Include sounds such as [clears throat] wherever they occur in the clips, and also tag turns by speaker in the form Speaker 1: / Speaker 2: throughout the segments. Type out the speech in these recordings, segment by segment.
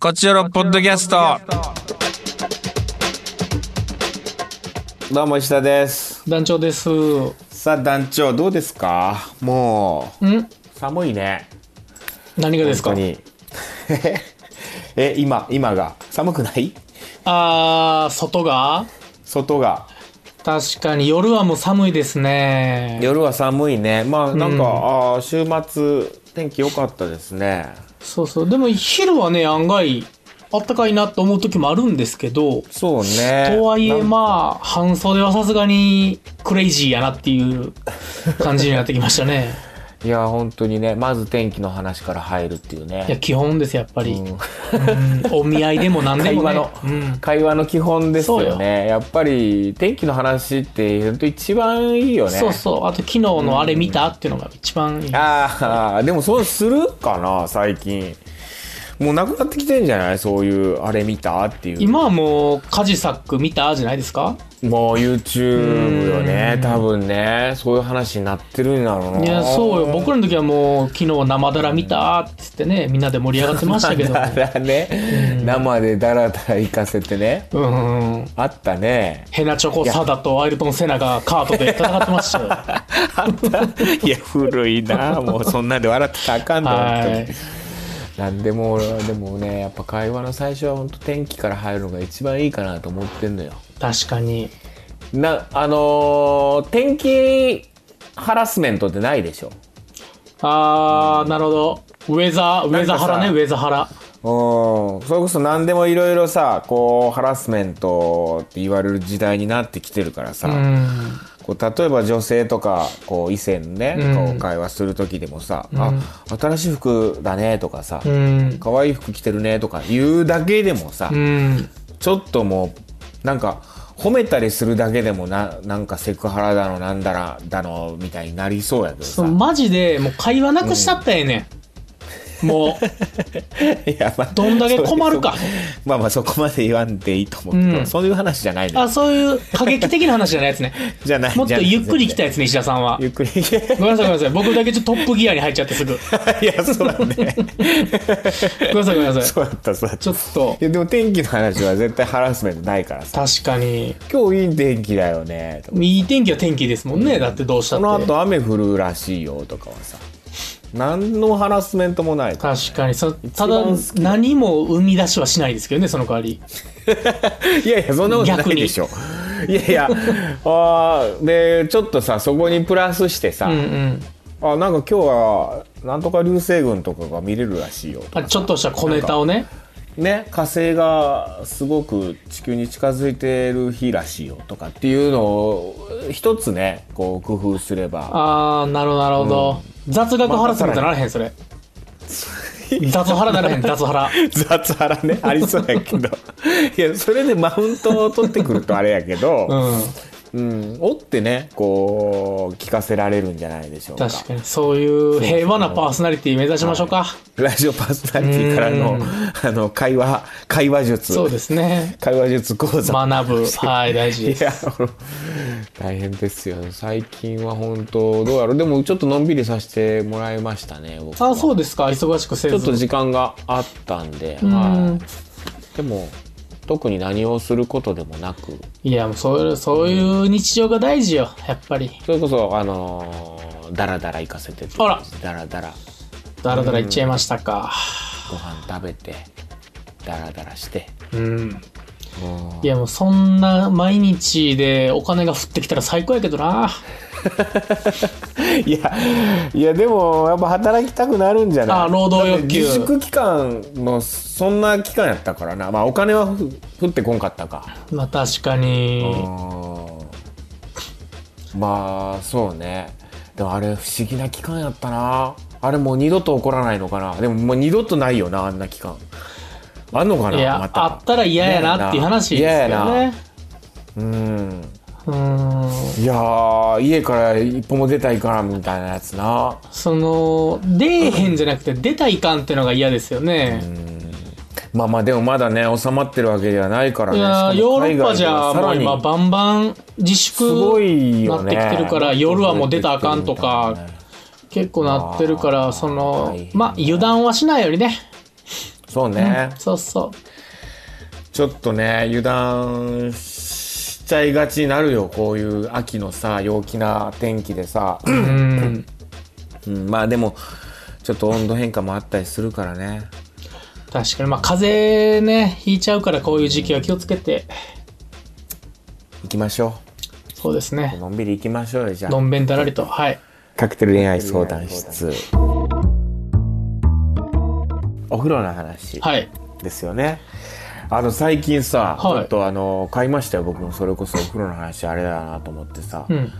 Speaker 1: こちらのポッドキャスト。
Speaker 2: どうも石田です
Speaker 3: 団長です。
Speaker 2: さあ団長どうですかも
Speaker 3: ん
Speaker 2: う寒いね
Speaker 3: 何がですか
Speaker 2: 本当に [laughs] え今今が寒くない
Speaker 3: あー、外が
Speaker 2: 外が
Speaker 3: 確かに夜はもう寒いですね。
Speaker 2: 夜は寒いねまあなんか、あー週末天気良かったですね
Speaker 3: そうそう。でも昼はね、案外、あったかいなと思う時もあるんですけど、
Speaker 2: そうね
Speaker 3: とはいえ
Speaker 2: なん
Speaker 3: まあ、半袖はさすがにクレイジーやなって
Speaker 2: [laughs]
Speaker 3: いう感じになってきましたね。
Speaker 2: いや本当にねまず天気の話から入るっていう
Speaker 3: いや、
Speaker 2: ね
Speaker 3: 基本です、やっぱり。
Speaker 2: うん
Speaker 3: うんお見合いでも何で
Speaker 2: 会
Speaker 3: も、ね、
Speaker 2: 話の
Speaker 3: うん。
Speaker 2: 会話の基本ですよ
Speaker 3: そうよ
Speaker 2: ねやっぱり天気の話って本当一番いいよね
Speaker 3: そうそう。あと昨日のあれ見たっていうのが一番いい。
Speaker 2: ああでもそうするかな最近もうなくなってきてんじゃないそういうあれ見たっていう
Speaker 3: 今はもう、カジサック見たじゃないですか
Speaker 2: もう YouTube よね多分ねそういう話になってるんだろうない
Speaker 3: いやそうよ僕らの時はもう昨日生だら見たって言ってねみんなで盛り上がってました
Speaker 2: [laughs]
Speaker 3: けど
Speaker 2: だからね、生でダラダラ行かせてね
Speaker 3: うんうん
Speaker 2: あったね
Speaker 3: ヘナチョコサダとアイルトン・セナがカートで戦ってましたよ
Speaker 2: あった [laughs] いや古いなもうそんなんで笑ってたらあかんの
Speaker 3: は
Speaker 2: 本当になんでもでもねやっぱ会話の最初は本当天気から入るのが一番いいかなと思ってんのよ
Speaker 3: い確かに
Speaker 2: なあのー天気ハラスメントってないでしょ
Speaker 3: あーなるほどウェザーウェザハラね
Speaker 2: なん
Speaker 3: ウ
Speaker 2: か
Speaker 3: ェザハラ
Speaker 2: うんそれこそ何でもいろいろさこうハラスメントって言われる時代になってきてるからさ、
Speaker 3: うん
Speaker 2: こう例えば女性とかこう異性のね、
Speaker 3: うん
Speaker 2: こう会話する時でもさ、あ新しい服だね」とかさ「
Speaker 3: うん
Speaker 2: 可愛い服着てるね」とか言うだけでもさ、
Speaker 3: うん
Speaker 2: ちょっともうなんか褒めたりするだけでもななんかセクハラだのなんだらだのみたいになりそうやけど
Speaker 3: そ
Speaker 2: さ
Speaker 3: うマジでもう会話なくしちゃったらええね、んも
Speaker 2: [laughs] いやまあ
Speaker 3: うどんだけ困るか
Speaker 2: まあまあそこまで言わんでいいと思うけど、
Speaker 3: うん
Speaker 2: そういう話じゃないのよ
Speaker 3: あそういう過激的な話じゃないやつね
Speaker 2: [laughs] じゃない
Speaker 3: もっとゆっくり来た
Speaker 2: い
Speaker 3: やつね石田さんは
Speaker 2: ゆっくり [laughs] い
Speaker 3: ごめんなさいごめんなさい僕だけちょっとトップギアに入っちゃってすぐ
Speaker 2: やそうだね
Speaker 3: [laughs] ごめんなさいごめんなさい
Speaker 2: そうだったそうだっ
Speaker 3: ちょ
Speaker 2: た
Speaker 3: っと
Speaker 2: いやでも天気の話は絶対ハラスメントないからさ
Speaker 3: 確かに
Speaker 2: 今日いい天気だよねとか
Speaker 3: いい天気は天気ですもんね、だってどうし
Speaker 2: そ
Speaker 3: たっ
Speaker 2: の
Speaker 3: て
Speaker 2: 後雨降るらしいよとかはさ何のハラスメントもないから
Speaker 3: 確かにそただ
Speaker 2: 一番好き
Speaker 3: 何も生み出しはしないですけどねその代わり
Speaker 2: いやいやそんなことないでしょいやいやあーでちょっとさそこにプラスしてさ、
Speaker 3: うんうん
Speaker 2: あなんか今日はなんとか流星群とかが見れるらしいよとか
Speaker 3: あちょっとした小ネタをね
Speaker 2: ね火星がすごく地球に近づいてる日らしいよとかっていうのを一つねこう工夫すれば
Speaker 3: ああなるほどなるほど、雑学ハラスメントならへんそ
Speaker 2: [laughs]
Speaker 3: れ雑腹ならへん雑腹
Speaker 2: 雑腹 [laughs] ねありそうやけどいやそれでマウントを取ってくるとあれやけ
Speaker 3: う
Speaker 2: ど、
Speaker 3: ん
Speaker 2: うん、折ってねこう聞かせられるんじゃないでしょうか
Speaker 3: 確かにそういう平和なパーソナリティ目指しましょうか、
Speaker 2: ラジオパーソナリティからのあの会話会話術
Speaker 3: そうですね
Speaker 2: 会話術講座
Speaker 3: 学ぶはい大事で
Speaker 2: い
Speaker 3: す
Speaker 2: や大変ですよ最近は本当どうやろうでもちょっとのんびりさせてもらいましたね僕は
Speaker 3: あそうですか忙しくせ
Speaker 2: ちょ
Speaker 3: ず
Speaker 2: っと時間があったんで、
Speaker 3: うん
Speaker 2: はい、でも特に何をすることでもなく
Speaker 3: いやもうそういうそういう日常が大事よやっぱり
Speaker 2: それこそあのー、だらだら行かせて
Speaker 3: あら
Speaker 2: だらだら
Speaker 3: だらだらいっちゃいましたか
Speaker 2: ご飯食べてだらだらして
Speaker 3: うん
Speaker 2: も
Speaker 3: いやもうそんな毎日でお金が降ってきたら最高やけどな
Speaker 2: う [laughs] いやいやでもやっぱ働きたくなるんじゃない
Speaker 3: あ労働欲求
Speaker 2: だって自粛期間のそんな期間やったからなまあお金はふ降ってこんかったか
Speaker 3: まあ確かに
Speaker 2: うんまあそうねでもあれ不思議な期間やったなあれもう二度と起こらないのかなでももう二度とないよなあんな期間あんのか
Speaker 3: い
Speaker 2: な
Speaker 3: や、
Speaker 2: また
Speaker 3: あったら嫌やなっていう話で
Speaker 2: 嫌
Speaker 3: すけど
Speaker 2: や
Speaker 3: ね
Speaker 2: うん
Speaker 3: うん
Speaker 2: いやー家から一歩も出たいからんみたいなやつな
Speaker 3: その出えへんじゃなくて出たいかんっていうのが嫌ですよね、
Speaker 2: まあまあでもまだね収まってるわけではないからね
Speaker 3: いや
Speaker 2: しか
Speaker 3: ヨ
Speaker 2: も
Speaker 3: ーロ
Speaker 2: 海
Speaker 3: ッパ
Speaker 2: 外
Speaker 3: じ
Speaker 2: では
Speaker 3: ゃ
Speaker 2: さ
Speaker 3: も
Speaker 2: ら
Speaker 3: う
Speaker 2: に
Speaker 3: 今バンバン自
Speaker 2: すご
Speaker 3: 粛
Speaker 2: いよね
Speaker 3: なってきてるから夜はもう出たらあかんとか結構なってるか
Speaker 2: あー
Speaker 3: らそ
Speaker 2: 大
Speaker 3: の
Speaker 2: 変
Speaker 3: まあ油断はしないようにね
Speaker 2: そうね、
Speaker 3: そうそ
Speaker 2: ちょっとね油断しちゃいがちになるよこういう秋のさ陽気な天気でさ、
Speaker 3: う。うん。
Speaker 2: うん、まあでもちょっと温度変化もあったりするからね
Speaker 3: 確かに、まあ、風邪ね、ひいちゃうから、こういう時期は気をつけて、
Speaker 2: 行きましょ
Speaker 3: そうです
Speaker 2: う
Speaker 3: ね。
Speaker 2: のんびり行きましょうよじゃあ
Speaker 3: のんべんだらりと。はい。
Speaker 2: カクテル恋愛相談室お風呂の話
Speaker 3: はい。
Speaker 2: ですよね、あの最近さ、
Speaker 3: はい
Speaker 2: ちょっとあの買いましたよ僕もそれこそお風呂の話あれだなと思ってさ、
Speaker 3: うん。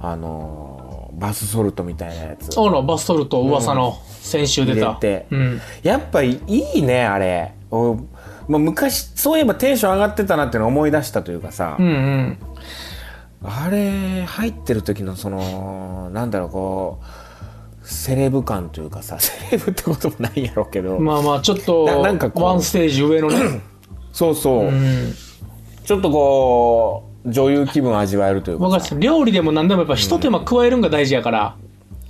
Speaker 2: あのバスソルトみたいなやつ
Speaker 3: あら、バストルト、噂の、先週出
Speaker 2: 入れ。
Speaker 3: た
Speaker 2: て
Speaker 3: うん。
Speaker 2: やっぱいいねあれお、まあ、昔そういえばテンション上がってたなっていうのを思い出したというかさ、
Speaker 3: うんうん。
Speaker 2: あれ入ってる時のそのなんだろうこうセレブ感というかさセレブってこともないんやろうけど、
Speaker 3: まあまあ、ちょっと、
Speaker 2: ななんかこう
Speaker 3: ワンステージ上の
Speaker 2: [clears throat]
Speaker 3: ね。
Speaker 2: そうそう、
Speaker 3: うん。
Speaker 2: ちょっとこう女優気分味わえるというか
Speaker 3: 僕
Speaker 2: さ
Speaker 3: はですね料理でも何でもやっぱひと手間加えるんが大事やから、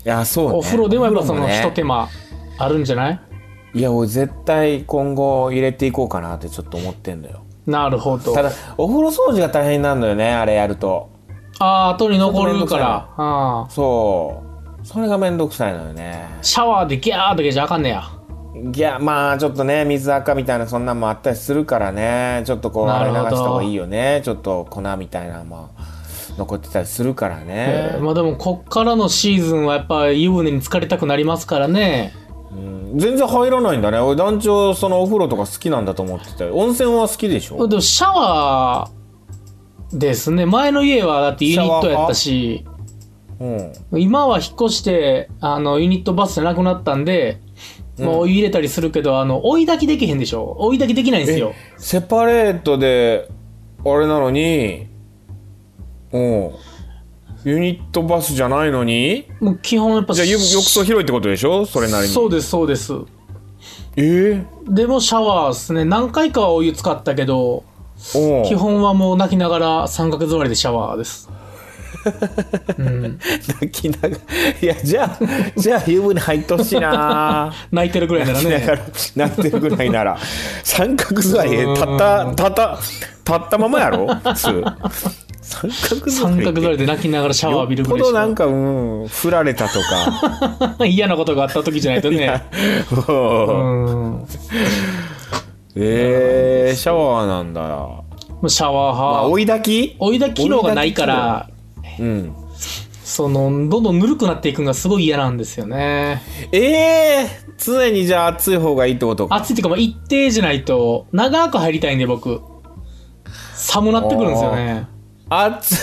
Speaker 2: いやそう、ね、
Speaker 3: お風呂でもやっぱそ
Speaker 2: お
Speaker 3: の
Speaker 2: 風
Speaker 3: ひ
Speaker 2: 呂も
Speaker 3: と
Speaker 2: ね
Speaker 3: 手間あるんじゃない
Speaker 2: いや俺絶対今後入れていこうかなってちょっと思ってんのよ
Speaker 3: なるほど
Speaker 2: ただお風呂掃除が大変なんだよねあれやると
Speaker 3: あー後に残る
Speaker 2: ちょっと面倒く
Speaker 3: か
Speaker 2: さい
Speaker 3: ら
Speaker 2: な
Speaker 3: あ
Speaker 2: そうそれがめんどくさいのよね
Speaker 3: ーシャワーでギャーだけじゃあかんねや
Speaker 2: いやまあちょっとね水垢みたいなそんなんもあったりするからねちょっとこう
Speaker 3: な
Speaker 2: 洗
Speaker 3: る
Speaker 2: い
Speaker 3: ほ
Speaker 2: 流
Speaker 3: ど
Speaker 2: した方がいいよねちょっと粉みたいなのも残ってたりするからね、
Speaker 3: まあでもこっからのシーズンはやっぱ湯船に浸かりたくなりますからね
Speaker 2: うん全然入らないんだね俺団長そのお風呂とか好きなんだと思ってたよ温泉は好きでしょ
Speaker 3: でもシャワーですね前の家はだってユニットやったし
Speaker 2: うん
Speaker 3: 今は引っ越してあのユニットバスじゃなくなったんで、もうお湯入れたりするけどあの追い炊きできへんでしょ追い炊きできないんですよ
Speaker 2: セパレートであれなのにうんユニットバスじゃないのに
Speaker 3: もう基本やっぱ
Speaker 2: じゃあゆ浴槽広いってことでしょそれなりに
Speaker 3: そうですそうです
Speaker 2: え
Speaker 3: でもシャワーですね何回かはお湯使ったけど
Speaker 2: えうん
Speaker 3: 基本はもう泣きながら三角座りでシャワーです、うん、
Speaker 2: 泣きながらいやじゃあじゃあ湯船入ってほしい [laughs] な
Speaker 3: 泣いてるぐらいなら
Speaker 2: だか
Speaker 3: ね
Speaker 2: らなってるぐらいなら三角座りで立った立った立ったままやろ普通三角座り
Speaker 3: 三角座
Speaker 2: で
Speaker 3: りで泣きながらシャワー浴びるぐ
Speaker 2: ほ
Speaker 3: らい
Speaker 2: ど
Speaker 3: しか
Speaker 2: なんかうん振られたとか [laughs]
Speaker 3: 嫌なことがあった時じゃないとね [laughs] う
Speaker 2: うん
Speaker 3: んも
Speaker 2: えー、シャワーなんだ
Speaker 3: うシャワー
Speaker 2: まあ
Speaker 3: 派、
Speaker 2: 追い炊き
Speaker 3: お湯だ機能がないから
Speaker 2: うん
Speaker 3: そのどんどんぬるくなっていくのがすごい嫌なんですよね
Speaker 2: えー、常にじゃあ熱い方がいいってことか
Speaker 3: 暑いっていうかまあ一定じゃないと長く入りたいんで僕寒なってくるんですよね
Speaker 2: 熱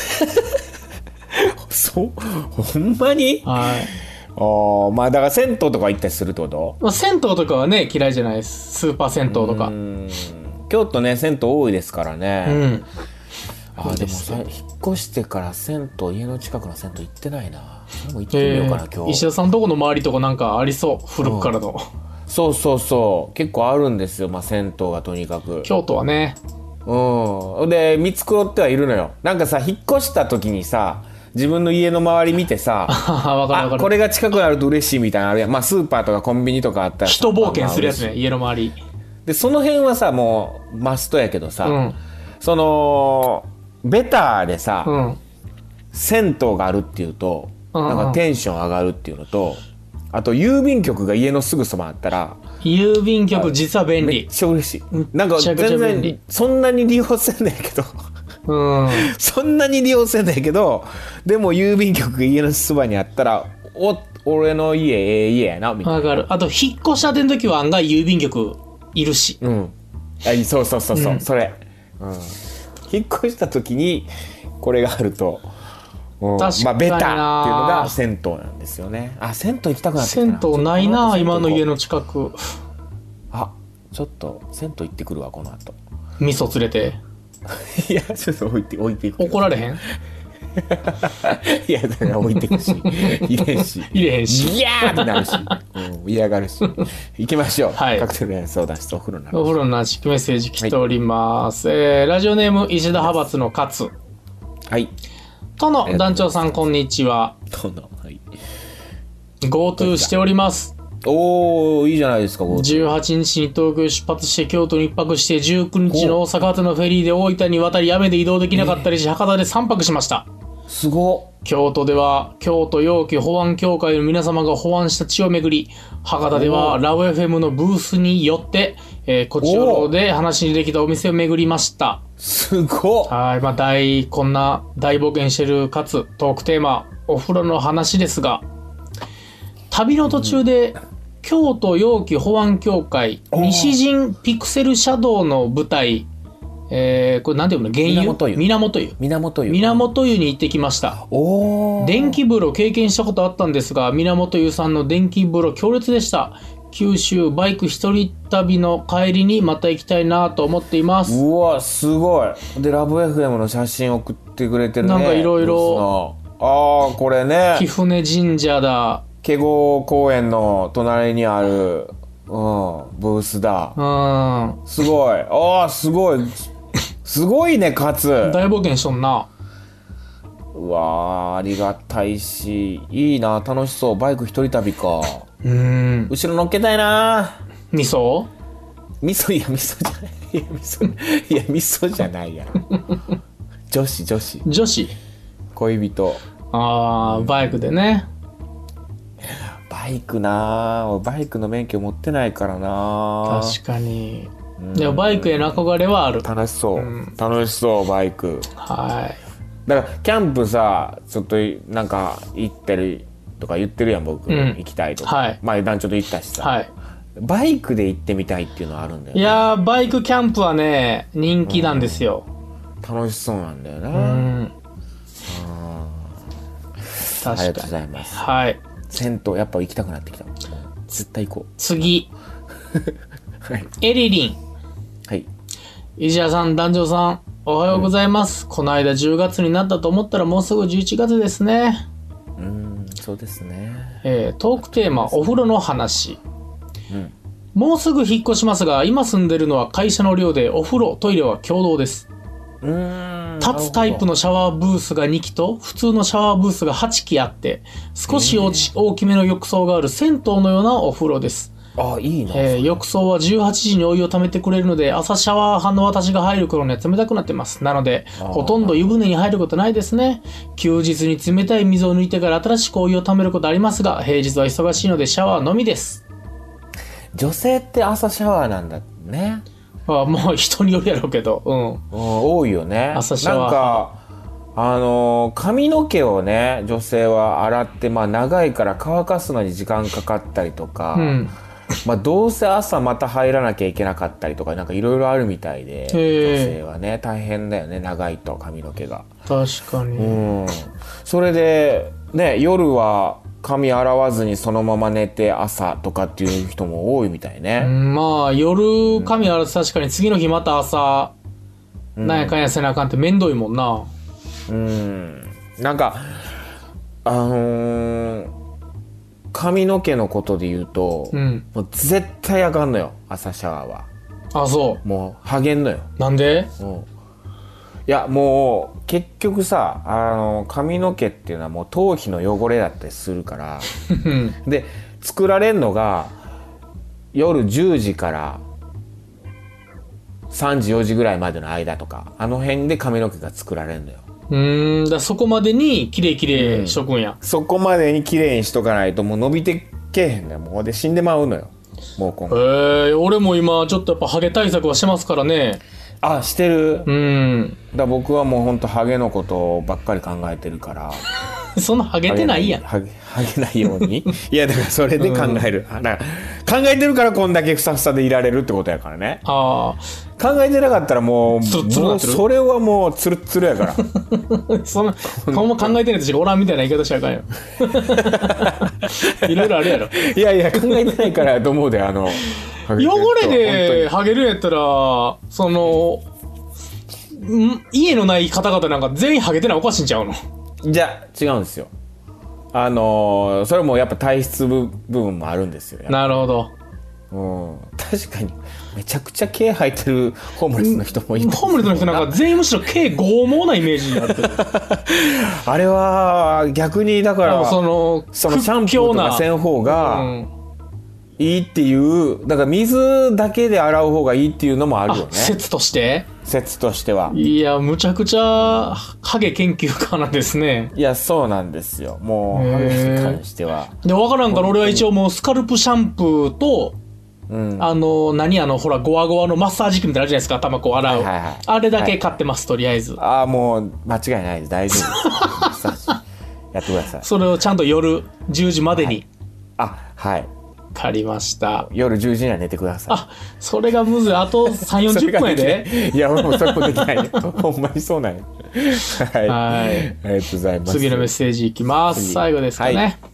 Speaker 2: [laughs] そうほんまに
Speaker 3: はい
Speaker 2: あーまあだから銭湯とか行ったりするってこと
Speaker 3: まあ、銭湯とかはね嫌いじゃないですスーパー銭湯とか
Speaker 2: うーん京都ね銭湯多いですからね、
Speaker 3: うん
Speaker 2: あーでもさ引っ越してから銭湯家の近くの銭湯行ってないなそれも行ってみようかな、
Speaker 3: えー
Speaker 2: 今
Speaker 3: 石
Speaker 2: 日
Speaker 3: 田さんとこの周りとかなんかありそう古くからの、
Speaker 2: そうそうそう結構あるんですよ、まあ、銭湯がとにかく
Speaker 3: 京都はね
Speaker 2: うんで見繕ってはいるのよなんかさ引っ越した時にさ自分の家の周り見て
Speaker 3: [laughs]
Speaker 2: さ
Speaker 3: はは [laughs] わかる
Speaker 2: あ
Speaker 3: わか
Speaker 2: こ
Speaker 3: る
Speaker 2: れが近くなると嬉しいみたいなのあるやんまあスーパーとかコンビニとかあったらさ
Speaker 3: 人冒険するやつ
Speaker 2: まあまあ嬉
Speaker 3: ね家の周
Speaker 2: し
Speaker 3: り
Speaker 2: いでその辺はさもうマストやけどさ、
Speaker 3: うん
Speaker 2: そのベターでさ、
Speaker 3: うん
Speaker 2: 銭湯があるっていうと
Speaker 3: うんうん
Speaker 2: なんかテンション上がるっていうのとあと郵便局が家のすぐそばあったら
Speaker 3: 郵便局実は便
Speaker 2: めっ
Speaker 3: 利
Speaker 2: ちゃ嬉しい
Speaker 3: めっちゃ
Speaker 2: なんか
Speaker 3: くちゃ
Speaker 2: 全
Speaker 3: 便利
Speaker 2: 然そんなに利用せんねんけど
Speaker 3: うん
Speaker 2: そんなに利用せんねんけどでも郵便局が家のそばにあったらお俺の家ええ家やなみたいな
Speaker 3: わかるあと引っ越したての時は案外郵便局いるし
Speaker 2: うんあいいそうそうそうそう、
Speaker 3: うん
Speaker 2: それ、うん、引っ越した時にこれがあると、うん
Speaker 3: 確かにな
Speaker 2: まあベタっていうのが銭湯なんですよねあ銭湯行きたくなってきた
Speaker 3: 銭湯ないな今の家
Speaker 2: の
Speaker 3: の近く
Speaker 2: あちょっと銭湯行ってくるわこの後 [laughs]
Speaker 3: 味噌連れて
Speaker 2: いやちょっと置いて置いていく
Speaker 3: 怒られへん
Speaker 2: [laughs] いやだから置いていくし入れんし
Speaker 3: [laughs] 入れへんし
Speaker 2: ギャーってなるし、うん、嫌がるし行きましょう、
Speaker 3: はい
Speaker 2: カクテル恋愛相談室お風呂な
Speaker 3: お風呂の話メッセージ来ております、えーラジオネーム石田派閥の勝
Speaker 2: はい
Speaker 3: との団長さんこんにちは
Speaker 2: どうぞはい
Speaker 3: GoTo しております
Speaker 2: おー、いいじゃないですか、こう
Speaker 3: 18日に東京出発して京都に一泊して19日の大阪発のフェリーで大分に渡り雨で移動できなかったりし博多で3泊しました
Speaker 2: すご
Speaker 3: 京都では京都陽気保安協会の皆様が保安した地を巡り博多ではラブ f m のブースに寄って、えー、こちらの方で話にできたお店を巡りました
Speaker 2: すご
Speaker 3: はい、まあ、大こんな大冒険してるかつトークテーマお風呂の話ですが旅の途中で、京都陽気保安協会
Speaker 2: おー
Speaker 3: 西陣ピクセルシャドウの舞台、えーこれ何て読むの
Speaker 2: 源
Speaker 3: 原
Speaker 2: 湯
Speaker 3: 油源湯
Speaker 2: 源よ。
Speaker 3: 源湯に行ってきました
Speaker 2: おー。
Speaker 3: 電気風呂経験したことあったんですが源湯さんの電気風呂強烈でした九州バイク一人旅の帰りにまた行きたいなと思っています
Speaker 2: うわ、すごい。で、ラブ FM の写真送ってくれてるね。
Speaker 3: なんかいろいろ
Speaker 2: ブースの。あー、これね。
Speaker 3: 貴船神社だ
Speaker 2: ケゴ公園の隣にある、うん、ブースだ。
Speaker 3: うん大
Speaker 2: すごい。ああ、すごい。すごいね、カツ。
Speaker 3: 冒険しとんな
Speaker 2: うわあ、ありがたいし、いいな、楽しそう。バイク一人旅か。
Speaker 3: うん
Speaker 2: 後ろ乗っけたいな。
Speaker 3: 2層
Speaker 2: 味噌、いや、味噌じゃない。いや、味噌、いや、味噌じゃないやろ。女子、女子、
Speaker 3: 女子
Speaker 2: 恋人。
Speaker 3: ああバイクでね
Speaker 2: バイクなあ、俺バイクの免許持ってないからな。
Speaker 3: 確かに
Speaker 2: うん
Speaker 3: でもバイクへの憧れはある
Speaker 2: 楽しそう、
Speaker 3: うん
Speaker 2: 楽しそう、バイク。
Speaker 3: はい
Speaker 2: だからキャンプさちょっとなんか行ってるとか言ってるやん僕、
Speaker 3: うん
Speaker 2: 行きたいとか、
Speaker 3: はい
Speaker 2: まあ団ちょっと行ったしさ、
Speaker 3: はい
Speaker 2: バイクで行ってみたいっていうのはあるんだよ
Speaker 3: い
Speaker 2: ね
Speaker 3: やーバイクキャンプはね人気なんですよ
Speaker 2: 楽しそうなんだよな、
Speaker 3: う
Speaker 2: あ
Speaker 3: ん
Speaker 2: りがとう
Speaker 3: 確か
Speaker 2: ご
Speaker 3: に
Speaker 2: ざいます
Speaker 3: はい
Speaker 2: 銭湯やっぱ行きたくなってきた絶対行こ
Speaker 3: 次
Speaker 2: うはい、
Speaker 3: エリリン
Speaker 2: はい、
Speaker 3: 石田さん、団長さん、おはようございます。この間10月になったと思ったらもうすぐ11月ですね。
Speaker 2: うんそうですね
Speaker 3: えートークテーマ、お風呂の話。
Speaker 2: うん
Speaker 3: もうすぐ引っ越しますが、今住んでるのは会社の寮でお風呂、トイレは共同です。
Speaker 2: うーん
Speaker 3: 立つタイプ
Speaker 2: の
Speaker 3: のシャワーブースが2基と、普通のシャワーブースが8基あって、少し大き大きめの浴槽がある銭湯のようなお風呂です。
Speaker 2: あいいな、
Speaker 3: えー浴槽は18時にお湯を溜めてくれるので朝シャワー派の私が入る頃には冷たくなってますなので
Speaker 2: あー
Speaker 3: ほとんど湯船に入ることないですね休日に冷たい水を抜いてから新しくお湯を溜めることありますが平日は忙しいのでシャワーのみです
Speaker 2: 女性って朝シャワーなんだね、
Speaker 3: あーもう人によるやろうけどう
Speaker 2: うん、多いよね
Speaker 3: 朝シャワ
Speaker 2: なん
Speaker 3: ー
Speaker 2: かあのー髪の毛をね女性は洗ってまあ長いから乾かすのに時間かかったりとか、
Speaker 3: んうん
Speaker 2: まあ、どうせ朝また入らなきゃいけなかったりとかなんかいろいろあるみたいで女
Speaker 3: ー
Speaker 2: 性はね大変だよね長いと髪の毛が。
Speaker 3: 確か
Speaker 2: う
Speaker 3: に
Speaker 2: ん、それで、ね、夜は髪洗わずにそのまま寝て朝とかっていう人も多いみたいね。
Speaker 3: うんまあ夜髪洗って確かに次の日また朝なんやかんやせなあかんって面倒いもんな
Speaker 2: うんなんかあのー髪の毛のことで言うと、
Speaker 3: うん
Speaker 2: もう絶対あかんのよ朝シャワーは
Speaker 3: あそう
Speaker 2: もうハゲんのよ、
Speaker 3: なんで
Speaker 2: うん、いやもう結局さ、あのー髪の毛っていうのはもう頭皮の汚れだったりするから
Speaker 3: うん
Speaker 2: で作られんのが夜10時から3時4時ぐらいまでの間とかあの辺で髪の毛が作られるのよ
Speaker 3: [laughs] うーんだからそこまでにキレイキレイしとくんや、
Speaker 2: そこまでに綺麗にしとかないともう伸びてけえへんのよもうで死んでまうのよもう今
Speaker 3: え
Speaker 2: 後
Speaker 3: ー俺も今ちょっとやっぱハゲ対策はしてますからね
Speaker 2: あしてる
Speaker 3: う
Speaker 2: だか
Speaker 3: ーん
Speaker 2: ら僕はもうほんとハゲのことばっかり考えてるから
Speaker 3: [laughs] そんなハゲてないやん
Speaker 2: ハゲハゲないように [laughs] いやだからそれで考える、あだから考えてるからこんだけふさふさでいられるってことやからね
Speaker 3: あ
Speaker 2: 考えてなかったらもう
Speaker 3: ツルッツル
Speaker 2: も
Speaker 3: なっ
Speaker 2: う
Speaker 3: てる
Speaker 2: それはもうツルッツルやから [laughs]
Speaker 3: あ [laughs] そんなほんま考えてないとしかおらんみたいな言い方しちゃあか [laughs] んよいろいろあるやろ [laughs]
Speaker 2: いやいや考えてないからやと思うであのハゲてる人は
Speaker 3: 汚れで
Speaker 2: 本
Speaker 3: ハゲるんやったらそのん家のない方々なんか全員ハゲてないおかしいんちゃうの
Speaker 2: 当にじゃあ違うんですよあのーそれもやっぱ体質部部分もあるんですよ
Speaker 3: なるほど
Speaker 2: うん、確かにめちゃくちゃ毛生えてるホームレスの人もいた
Speaker 3: ホームレスの人なんか全員むしろ毛剛毛なイメージになってる [laughs]
Speaker 2: あれは逆にだか
Speaker 3: でも
Speaker 2: ら
Speaker 3: その
Speaker 2: そのシャンプーとかせん方が、
Speaker 3: うん
Speaker 2: いいっていうだから水だけで洗う方がいいっていうのもあるよ
Speaker 3: あ
Speaker 2: ね、
Speaker 3: 説として
Speaker 2: 説としてはい
Speaker 3: や、むちゃくちゃ影研究家なんですね。
Speaker 2: いやそうなんですよもう
Speaker 3: へ
Speaker 2: ハ
Speaker 3: ー
Speaker 2: ゲに関しては
Speaker 3: で、わからんから俺は一応もうスカルプシャンプーと、
Speaker 2: うん
Speaker 3: あの、何あの、ほら、ゴワゴワのマッサージ機みたいなのあるじゃないですか、頭こう洗う。
Speaker 2: はいはいはい
Speaker 3: あれだけ買ってます、とりあえず。
Speaker 2: ああもう間違いないです大丈夫です
Speaker 3: [laughs]
Speaker 2: マッサージやってください
Speaker 3: それをちゃんと夜10時までに
Speaker 2: あはい
Speaker 3: 借りました。
Speaker 2: 夜10時には寝てください
Speaker 3: あ、それがむずい。あと3、
Speaker 2: それ
Speaker 3: 40
Speaker 2: が
Speaker 3: 分や
Speaker 2: でき
Speaker 3: で。
Speaker 2: ないいや俺もそれもできない
Speaker 3: [laughs]
Speaker 2: よほんまにそうなんよはい、
Speaker 3: はい
Speaker 2: ありがとうございます
Speaker 3: 次のメッセージいきます。
Speaker 2: 次
Speaker 3: 最後ですかね。
Speaker 2: は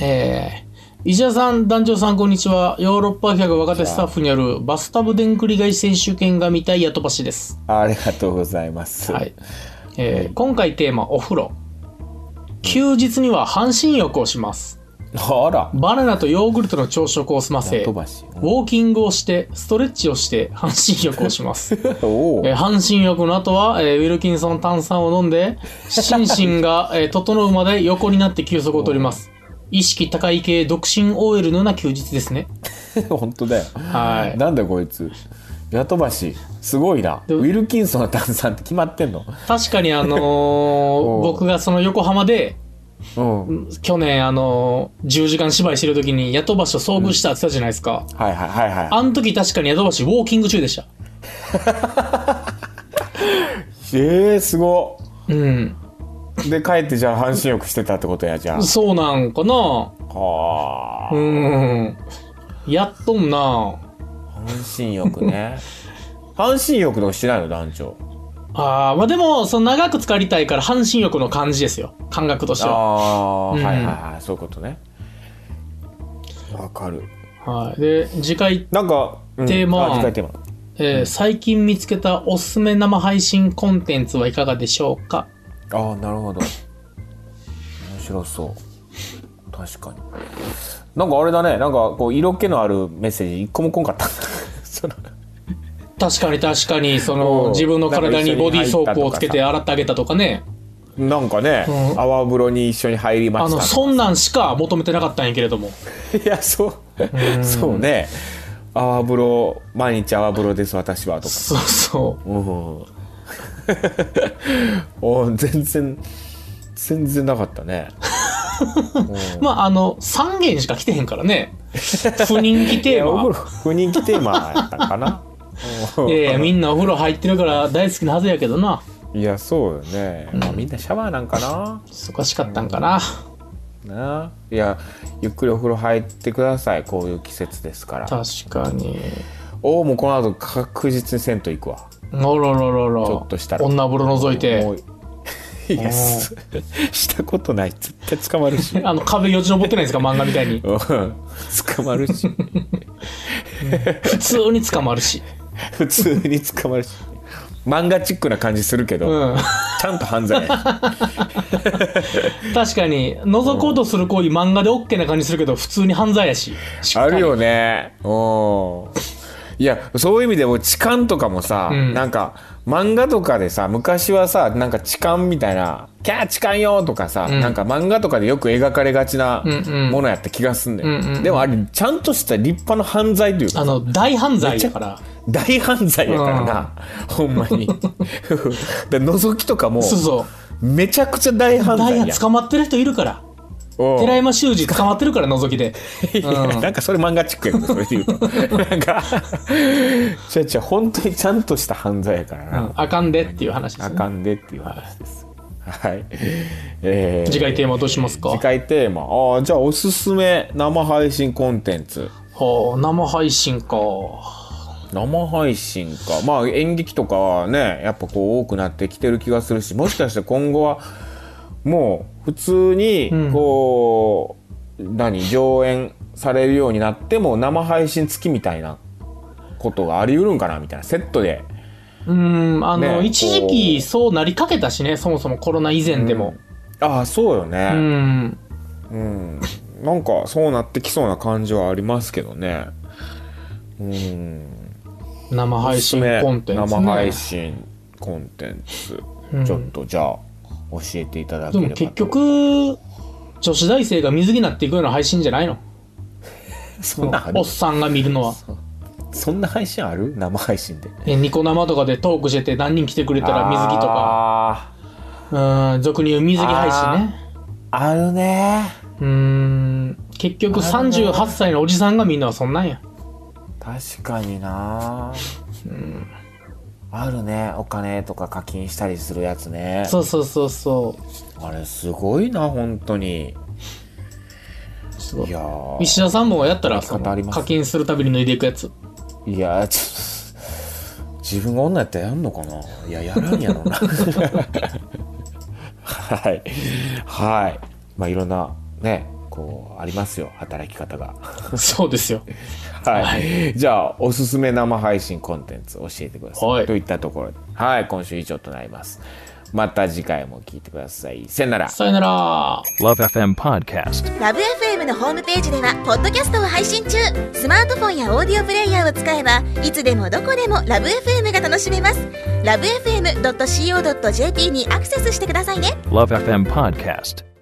Speaker 3: えー石田さん、団長さん、こんにちは。ヨーロッパ客若手スタッフによるバスタブでんくり返し選手権が見たいやとばしです。
Speaker 2: ありがとうございます、
Speaker 3: はい。えー今回テーマ、お風呂。休日には半身浴をします。
Speaker 2: あら
Speaker 3: バナナとヨーグルトの朝食を済ませ、ウ
Speaker 2: 飛
Speaker 3: ォ
Speaker 2: ばし
Speaker 3: ーキングをして、ストレッチをして、半身浴をします。
Speaker 2: [laughs] おお
Speaker 3: えー半身浴の後は、えーウィルキンソン炭酸を飲んで、心身が、えー整うまで横になって休息を取ります。意識高い系独身 OL のような休日ですね。
Speaker 2: 本当だよ
Speaker 3: はい。
Speaker 2: なんだこいつヤトバシすごいな
Speaker 3: で
Speaker 2: ウィルキンソンの炭酸って決まってんの
Speaker 3: 確かにあの [laughs] ー
Speaker 2: う
Speaker 3: 僕がその横浜で、
Speaker 2: うん
Speaker 3: 去年あのー10時間芝居してる時に、ヤトバシと遭遇したって言ったじゃないですか。
Speaker 2: はいはいはいは
Speaker 3: あの時確かにヤトバシウォーキング中でした。
Speaker 2: いえー、すご
Speaker 3: うん。
Speaker 2: で帰ってじゃあ半身浴してたってことやじゃあ
Speaker 3: そうなんかな
Speaker 2: はあ
Speaker 3: うん。やっとんな
Speaker 2: 半身浴ね半身浴とかしてないの団長
Speaker 3: ああ、まあでも、その長く使いたいから半身浴の感じですよ。感覚としては。
Speaker 2: ああー、
Speaker 3: うん
Speaker 2: はいはいはいそういうことねわかる
Speaker 3: はい。で、次回、
Speaker 2: なんか、うん
Speaker 3: テーマ
Speaker 2: あ次回テーマ
Speaker 3: えー最近見つけたおすすめ生配信コンテンツはいかがでしょうか
Speaker 2: ああなるほど面白そう確かになんかあれだねなんかこう色気のあるメッセージ一個もこんかった [laughs] その
Speaker 3: 確かに確かに、そ
Speaker 2: うん
Speaker 3: の、自分の体にボディーソープをつけて洗ってあげたとかね。
Speaker 2: なんかね、
Speaker 3: うん
Speaker 2: 泡風呂に一緒に入りま
Speaker 3: あの、
Speaker 2: したと
Speaker 3: そんなんしか求めてなかったんやけれども。
Speaker 2: いやそうそうね泡風呂毎日泡風呂です私はとか
Speaker 3: そうそう。
Speaker 2: うんお全然全然なかったね
Speaker 3: まあ、あの、3件しか来てへんからね。不人気
Speaker 2: い
Speaker 3: テー
Speaker 2: やお風呂
Speaker 3: マ。
Speaker 2: 不人気テーマやったかなうん
Speaker 3: いやいやみんなお風呂入ってるから大好きなはずやけどな。
Speaker 2: いやそうよね、まあ、みんなシャワーなんかな
Speaker 3: 忙しかったんかな。
Speaker 2: ないやゆっくりお風呂入ってくださいこういう季節ですから
Speaker 3: 確かに。
Speaker 2: おおもうこの後確実に銭湯行くわ
Speaker 3: あらららら。
Speaker 2: ちょっとしたら
Speaker 3: 女風呂覗い
Speaker 2: も
Speaker 3: て。
Speaker 2: ういやすしたことない絶対捕まるし
Speaker 3: [laughs] あの、壁よじ登ってないですか漫画みたい
Speaker 2: [laughs]
Speaker 3: に。
Speaker 2: うん捕まるし
Speaker 3: 普通に捕まるし。
Speaker 2: 普通に捕まるし漫画チックな感じするけど、
Speaker 3: うん。
Speaker 2: ちゃんと犯罪やし
Speaker 3: 確かに、覗こうとする行為漫画で OK な感じするけど、普通に犯罪やし。しっか
Speaker 2: あ
Speaker 3: り
Speaker 2: る。よねうんいやそういう意味でも痴漢とかもさ、
Speaker 3: うん
Speaker 2: なんか漫画とかでさ昔はさなんか痴漢みたいな「キャー痴漢よ!」とかさ、
Speaker 3: ん
Speaker 2: なんか漫画とかでよく描かれがちな
Speaker 3: うんうん
Speaker 2: ものやった気がすんだよ、
Speaker 3: うんうん
Speaker 2: でもあれちゃんとした立派な犯罪というか
Speaker 3: あの、大犯罪やから。
Speaker 2: 大犯罪やからな、ほんま
Speaker 3: [laughs]
Speaker 2: にで覗きとかも
Speaker 3: そうそ
Speaker 2: めちゃくちゃ大
Speaker 3: う。
Speaker 2: 犯
Speaker 3: ダ
Speaker 2: 罪
Speaker 3: イ
Speaker 2: やん
Speaker 3: ヤ捕まってる人いるから。
Speaker 2: うん
Speaker 3: 寺山修司捕まってるから、覗
Speaker 2: [laughs]
Speaker 3: きで。
Speaker 2: いやなんかそれ漫画チックやけどそれで言うとなんか違う違う本当にちゃんとした犯罪やから
Speaker 3: う
Speaker 2: な、
Speaker 3: ん。あかんでっていう話で
Speaker 2: あ
Speaker 3: すね。
Speaker 2: かんでっていう話ですはい、えー
Speaker 3: 次回テーマどうしますか
Speaker 2: 次回テーマあーじゃあおすすめ生配信コンテンツ
Speaker 3: ほう、生配信か。
Speaker 2: 生配信かまあ演劇とかはねやっぱこう多くなってきてる気がするしもしかして今後はもう普通に
Speaker 3: ん
Speaker 2: こう、何上演されるようになっても生配信付きみたいなことがあり得るんかなみたいなセットで
Speaker 3: うん、あの、
Speaker 2: ね
Speaker 3: 一時期そうなりかけたしね、そもそもコロナ以前でも。
Speaker 2: ああそうよ
Speaker 3: う
Speaker 2: ね、
Speaker 3: ん。
Speaker 2: うんなんかそうなってきそうな感じはありますけどねうん
Speaker 3: 生配信コンテンツ、ね。
Speaker 2: 生配信コンテンツ、
Speaker 3: うん
Speaker 2: ちょっとじゃあ教えていただけ
Speaker 3: で
Speaker 2: ればと
Speaker 3: も結局、女子大生が水着になっていくような配信じゃないの
Speaker 2: そんなある
Speaker 3: おっさんが見るのは。
Speaker 2: そんな配信ある生配信で
Speaker 3: ねニコ生とかでトークしてて何人来てくれたら水着とか、
Speaker 2: か
Speaker 3: うん、俗に言う水着配信ね。
Speaker 2: あるね
Speaker 3: うーん、結局38歳のおじさんがみんなはそんなんや。
Speaker 2: 確かになあるねお金とか課金したりするやつね
Speaker 3: そうそうそうそう。
Speaker 2: あれすごいな本当に
Speaker 3: すごい
Speaker 2: い。やー
Speaker 3: 石田さんもやったらそ
Speaker 2: 方あり
Speaker 3: の
Speaker 2: ます
Speaker 3: 課金するたびに脱いでいく
Speaker 2: [laughs]
Speaker 3: やつ
Speaker 2: いやーちょっと自分が女やったらやんのかないややらんや
Speaker 3: [laughs]
Speaker 2: ろなはいはいまあいろんなねこうありますよ働き方が
Speaker 3: そうですよ
Speaker 2: はい、じゃあおすすめ生配信コンテンツ教えてください、
Speaker 3: はい
Speaker 2: といったところではい今週以上となりますまた次回も聞いてくださいさよなら
Speaker 3: さよなら
Speaker 1: Love FM Podcast.
Speaker 4: ラブ f m のホームページではポッドキャストを配信中スマートフォンやオーディオプレイヤーを使えばいつでもどこでもラブ f m が楽しめますラブ FM.co.jp にアクセスしてくださいね
Speaker 1: Love FM Podcast.